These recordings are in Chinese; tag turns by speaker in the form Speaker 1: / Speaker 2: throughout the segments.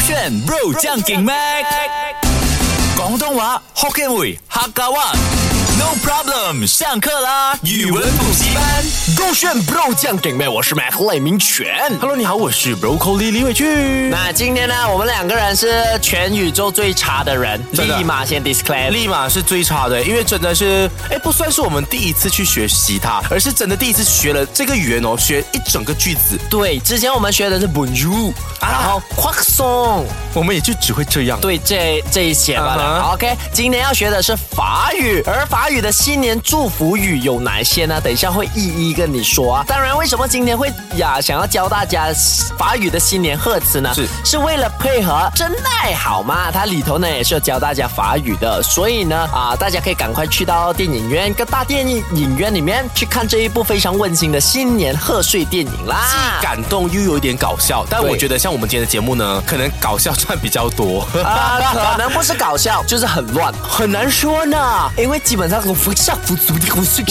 Speaker 1: 选 bro 将劲 mac，广东话 Hokkien 语客家话。No problem，上课啦！语文补习班。
Speaker 2: 勾选 bro 酱给妹，我是 Mac 赖明全。
Speaker 3: Hello，你好，我是 Broccoli 李伟俊。
Speaker 2: 那今天呢，我们两个人是全宇宙最差的人，
Speaker 3: 真的
Speaker 2: 立马先 disclaim。
Speaker 3: 立马是最差的，因为真的是，哎，不算是我们第一次去学习它，而是真的第一次学了这个语言哦，学一整个句子，
Speaker 2: 对，之前我们学的是 Bonjour，、然后 Croissant，
Speaker 3: 我们也就只会这样。
Speaker 2: 对这这一些吧。
Speaker 3: 嗯哼
Speaker 2: 好 OK，今天要学的是法语，而法语的新年祝福语有哪些呢？等一下会一一跟你说啊。当然，为什么今天会呀想要教大家法语的新年贺词呢？
Speaker 3: 是
Speaker 2: 是为了配合真爱好吗？它里头呢也是有教大家法语的，所以呢啊，大家可以赶快去到电影院各大电影院里面去看这一部非常温馨的新年贺岁电影啦。
Speaker 3: 感动又有一点搞笑，但
Speaker 2: 对
Speaker 3: 我觉得像我们今天的节目呢，可能搞笑占比较多。
Speaker 2: 啊，可能不是搞笑，就是很乱，很难说呢。因为基本上我下不足的，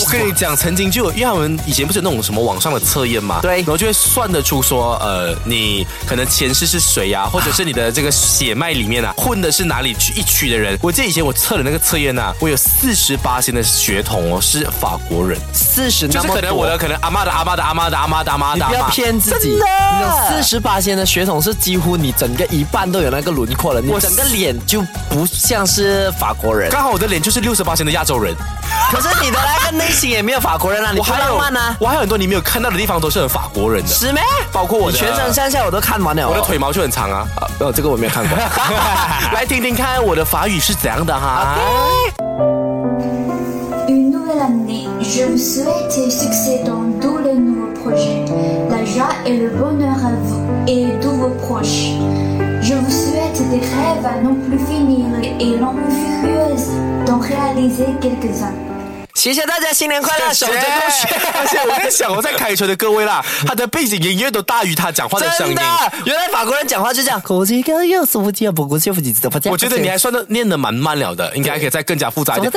Speaker 3: 我跟你讲，曾经就有，因为他们以前不是有那种什么网上的测验嘛，
Speaker 2: 对
Speaker 3: 然后就会算得出说，呃，你可能前世是谁呀、或者是你的这个血脉里面啊，混的是哪里区一区的人。我记得以前我测的那个测验啊，我有四十八的血统哦，是法国人，
Speaker 2: 四十
Speaker 3: 就
Speaker 2: 那
Speaker 3: 是
Speaker 2: 么
Speaker 3: 可能我的
Speaker 2: 多。
Speaker 3: 可能阿妈的阿妈的阿妈的阿妈的阿妈
Speaker 2: 你
Speaker 3: 的阿
Speaker 2: 不要
Speaker 3: 妈，
Speaker 2: 骗自己，四十八仙的血统是几乎你整个一半都有那个轮廓了，你
Speaker 3: 我
Speaker 2: 整个脸就不像是法国 人，
Speaker 3: 刚好我的脸就是六十八的亚洲人，
Speaker 2: 可是你的那个内心也没有法国人啊，你
Speaker 3: 我
Speaker 2: 不
Speaker 3: 还
Speaker 2: 浪
Speaker 3: 有
Speaker 2: 漫啊，
Speaker 3: 我还有很多你没有看到的地方都是很法国人的，
Speaker 2: 是咩？
Speaker 3: 包括我
Speaker 2: 你
Speaker 3: 的
Speaker 2: 全身上下我都看完了哦，
Speaker 3: 我的腿毛就很长 啊。
Speaker 2: 啊，哦，这个我没有看过。
Speaker 3: 来听听看我的法语是怎样的哈。
Speaker 4: Une nouvelle année, je vous souhaite et succès dans tous les nouveaux projets, la joie et le bonheur à vous et tous vos proches. Je vous souhaite des rêves à non plus finir et l'envie furieuse d'en réaliser quelques-uns.
Speaker 2: 谢谢大家，新年快 乐，守着勾选。
Speaker 3: 而且我在想，我在开车的各位啦，他的背景音乐都大于他讲话的声
Speaker 2: 真
Speaker 3: 音
Speaker 2: 的。，原来法国人讲话就这样。
Speaker 3: 我
Speaker 2: 我
Speaker 3: 觉得你还算的念的蛮慢了的，应该可以再更加复杂一点。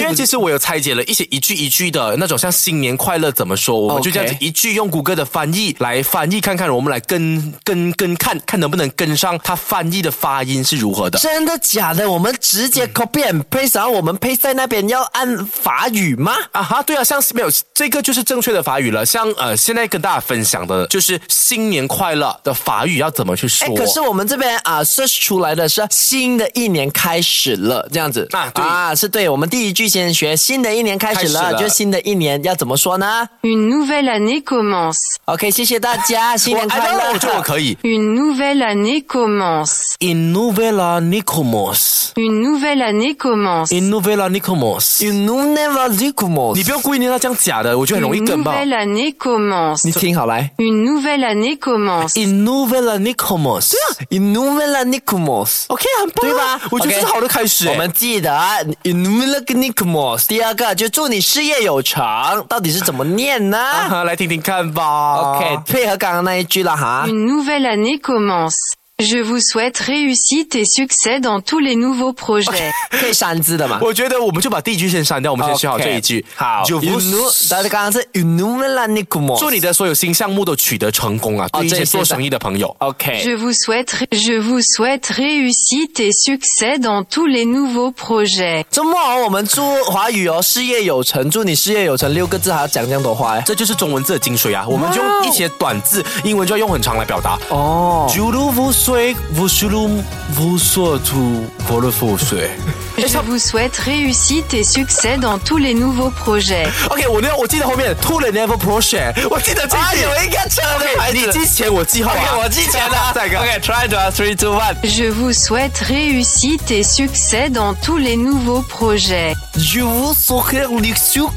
Speaker 3: 因为其实我有拆解了一些一句一句的那种，像新年快乐怎么说，我们就
Speaker 2: OK
Speaker 3: 这样子一句用谷歌的翻译来翻译看看，我们来跟跟跟看看能不能跟上它翻译的发音是如何的。
Speaker 2: 真的假的？我们直接
Speaker 3: 嗯
Speaker 2: copy and paste，然后我们 paste 在那边要按法语吗？
Speaker 3: 啊哈，对啊，像没有这个就是正确的法语了。像呃，现在跟大家分享的就是新年快乐的法语要怎么去说。
Speaker 2: 哎，可是我们这边啊，search 出来的是新的一年开始了，这样子
Speaker 3: 啊对
Speaker 2: 是对。我们第一句先学新的一年开始了，
Speaker 3: 开始了
Speaker 2: 就新的一年要怎么说呢
Speaker 5: Une nouvelle année commence.
Speaker 2: ？OK，谢谢大家，新
Speaker 3: 我
Speaker 2: 年快乐！
Speaker 3: 哎我觉得我可以。
Speaker 5: Une nouvelle année commence.
Speaker 3: In novela Nicomos。
Speaker 5: Une nouvelle année commence.
Speaker 3: In novela Nicomos。
Speaker 2: You know never l i c o m o
Speaker 3: 你不用故意念到这样假的，我觉得很容易
Speaker 5: Une
Speaker 3: 梗吧。
Speaker 5: nouvelle année commence.
Speaker 2: 你听好来。
Speaker 5: Une nouvelle année commence.
Speaker 3: In novela Nicomos。
Speaker 2: Inumela Nicomos。
Speaker 3: OK，很棒
Speaker 2: 对吧
Speaker 3: 啊？？ 我觉得
Speaker 2: OK 啊
Speaker 3: 这是好的开始。
Speaker 2: 我们记得 Inumela Nicomos。第二个就祝你事业有成，到底是怎么念 呢、
Speaker 3: 啊哈，啊来听听看吧。
Speaker 2: OK，配合刚刚那一句了哈。
Speaker 3: 嗯
Speaker 5: Une nouvelle année commence. Je vous souhaite réussite et succès dans tous les nouveaux projets.
Speaker 2: 可以删字的嘛？
Speaker 3: 我觉得我们就把第一句先删掉，我们先学好
Speaker 2: OK，
Speaker 3: 这一句。
Speaker 2: 好。
Speaker 3: 就
Speaker 2: Inu，但是刚刚是 Inumela Nicomos。
Speaker 3: 祝你的所有新项目都取得成功啊！
Speaker 2: 哦
Speaker 3: 对一
Speaker 2: 这
Speaker 3: 些
Speaker 2: 一些
Speaker 3: 做
Speaker 2: 的
Speaker 3: 生意的朋友。
Speaker 2: OK。
Speaker 5: Je vous souhaite, je vous souhaite réussite et succès dans tous les nouveaux projets.
Speaker 2: 周末哦我们祝华语哦事业有成，祝你事业有成六个字还要讲这样多 话哎。
Speaker 3: 这就是中文字的精髓啊！我们就用一些短字，英文就要用很长来表达。
Speaker 2: 哦。
Speaker 3: 九如无水，无水如无所处，不入无水。
Speaker 5: Je vous souhaite réussite et succès dans tous les nouveaux projets.
Speaker 3: OK，我那我记得后面 To the never project，我记得这
Speaker 2: 啊，
Speaker 3: 一句。
Speaker 2: 有一个车的牌子。
Speaker 3: 你之前我记号啊
Speaker 2: OK，我记前了。
Speaker 3: 再一个
Speaker 2: OK，try to three two one。
Speaker 5: Je vous souhaite réussite et succès dans tous les nouveaux projets.
Speaker 2: Je vous souhaite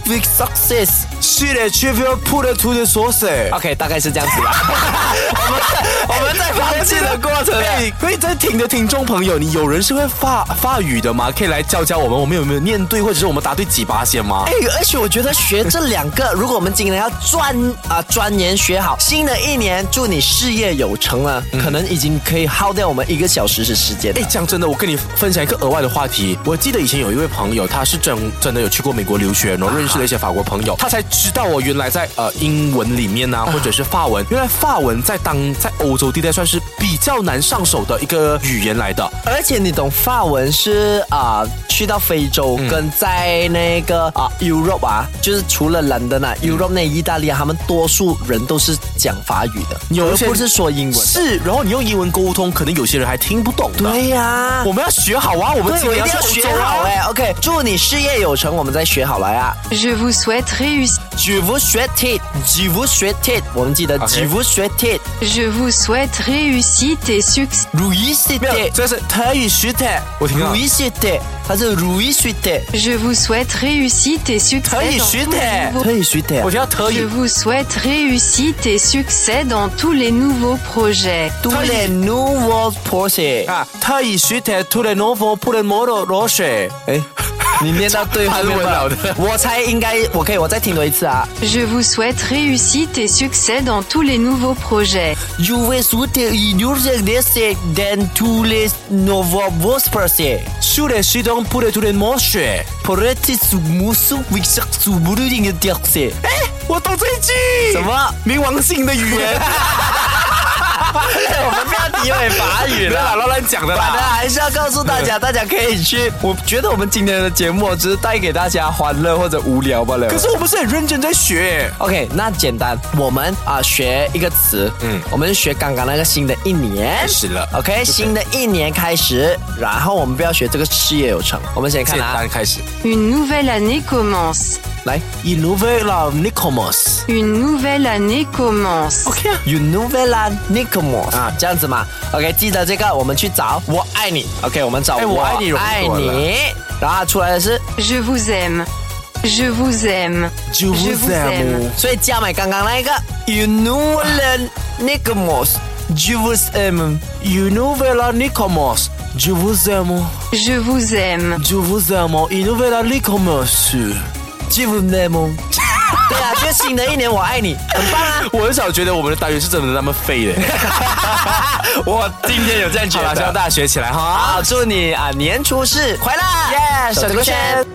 Speaker 2: le success.
Speaker 3: 是的，Trivial put to the source。
Speaker 2: OK，大概是这样子吧。我们在 我啊们在放弃的过程啊里
Speaker 3: 哎，所以在听的听众朋友，你有人是会法法语的吗？可以来教教我们，我们有没有念对，或者是我们答对几八先吗
Speaker 2: 哎？，而且我觉得学这两个，如果我们今年要钻啊钻研学好，新的一年祝你事业有成了，可能已经可以耗掉我们一个小时的时间了
Speaker 3: 哎，。讲真的，我跟你分享一个额外的话题。我记得以前有一位朋友，他是真真的有去过美国留学，然后认识了一些法国朋友，他才知道哦，原来在呃英文里面呢、或者是法文，原来法文在当在欧洲地带算是必比较难上手的一个语言来的。
Speaker 2: 哎而且你懂法文是啊、去到非洲跟在那个啊、Europe 啊，就是除了 London 啊、Europe 那意大利啊，他们多数人都是讲法语的，
Speaker 3: 有
Speaker 2: 而
Speaker 3: 些
Speaker 2: 不是说英文。
Speaker 3: 是，然后你用英文沟通，可能有些人还听不懂的。
Speaker 2: 对呀、
Speaker 3: 我们要学好啊，我们
Speaker 2: 对，
Speaker 3: 今
Speaker 2: 我一
Speaker 3: 年
Speaker 2: 定要
Speaker 3: 去
Speaker 2: 学
Speaker 3: 欧洲啊
Speaker 2: 好哎、OK，祝你事业有成，我们再学好来啊。
Speaker 5: Je vous souhaite réussite.
Speaker 2: Je vous souhaite it, je vous souhaite it，我们记得
Speaker 3: OK
Speaker 2: je vous souhaite it,
Speaker 5: Je vous souhaite réussite et succès.
Speaker 2: Louis s u
Speaker 3: 没
Speaker 2: i t
Speaker 3: 有，
Speaker 2: it,
Speaker 3: 这是德语学的，我听到
Speaker 2: Louis s u i t it，它是 Louis s u i t it，
Speaker 5: Je vous souhaite réussite et succès dans tous les nouveaux.
Speaker 2: 可以 s u i t
Speaker 3: 我
Speaker 2: it，
Speaker 3: 听到德
Speaker 5: Je
Speaker 3: 语。
Speaker 5: vous souhaite réussite et succès dans tous les nouveaux projets.
Speaker 2: tous les nouveaux projets。
Speaker 3: 啊，特意学的 to the novel put the model 罗水，
Speaker 2: 哎，你念到对后面
Speaker 3: 韩文
Speaker 2: 吧
Speaker 3: 老的。
Speaker 2: 我猜应该，我可以，我再听多一次啊。
Speaker 5: Je vous souhaite réussite et succès dans tous les nouveaux projets.
Speaker 2: Je vous souhaite une urgence d'essai dans tous les nouveaux projets.
Speaker 3: shoot the she don't put it to the more 水。
Speaker 2: Pour être sous mousse, oui, sous mousse, il y a des excès.
Speaker 3: 我懂这一句。
Speaker 2: 什么？
Speaker 3: 冥王性的语 言？
Speaker 2: 我们不要诋毁法语
Speaker 3: 不要啦，
Speaker 2: 了。
Speaker 3: 乱乱讲的
Speaker 2: 反正
Speaker 3: 啦。嗯
Speaker 2: 还是要告诉大家，大家可以去。我觉得我们今天的节目只是带给大家欢乐或者无聊罢了。
Speaker 3: 可是我不是很认真在学。
Speaker 2: OK，那简单，我们啊、学一个词，嗯
Speaker 3: 嗯，
Speaker 2: 我们学刚刚那个新的一年
Speaker 3: 开始了
Speaker 2: ，OK，新的一年开始，然后我们不要学这个事业有成，我们先看
Speaker 3: 简
Speaker 2: 啊，
Speaker 3: 单开始。
Speaker 5: Une nouvelle année commence.
Speaker 2: 来
Speaker 3: i n n o v a t o n i c o m a s
Speaker 5: Une nouvelle année commence.
Speaker 3: OK 啊。
Speaker 2: ，You know v e l a n i c o m o 啊，这样子嘛，OK，记得这个，我们去找我爱你，OK，我们找
Speaker 3: 哎我爱你
Speaker 2: 我爱
Speaker 3: 容易多了
Speaker 2: 你，然后它出来的是，
Speaker 5: Je vous aime. Je vous aime.
Speaker 3: Je vous aime.
Speaker 2: 所以加买刚刚那一个，You know v e l a n i c o m o
Speaker 3: Je vous aime. You know v e l a n i c o m a s Je vous aime.
Speaker 5: Je vous aime.
Speaker 3: Je vous aime. You know v e l a n i c o m a s
Speaker 2: 记不得吗？ 对啊，这新的一年我爱你，很棒啊。
Speaker 3: 我很少觉得我们的单元是真的那么废 的。
Speaker 2: 我今天有这样
Speaker 3: 好了，希望大家学起来哈。
Speaker 2: 好，祝你啊年初四快乐，耶，
Speaker 3: 手这个圈。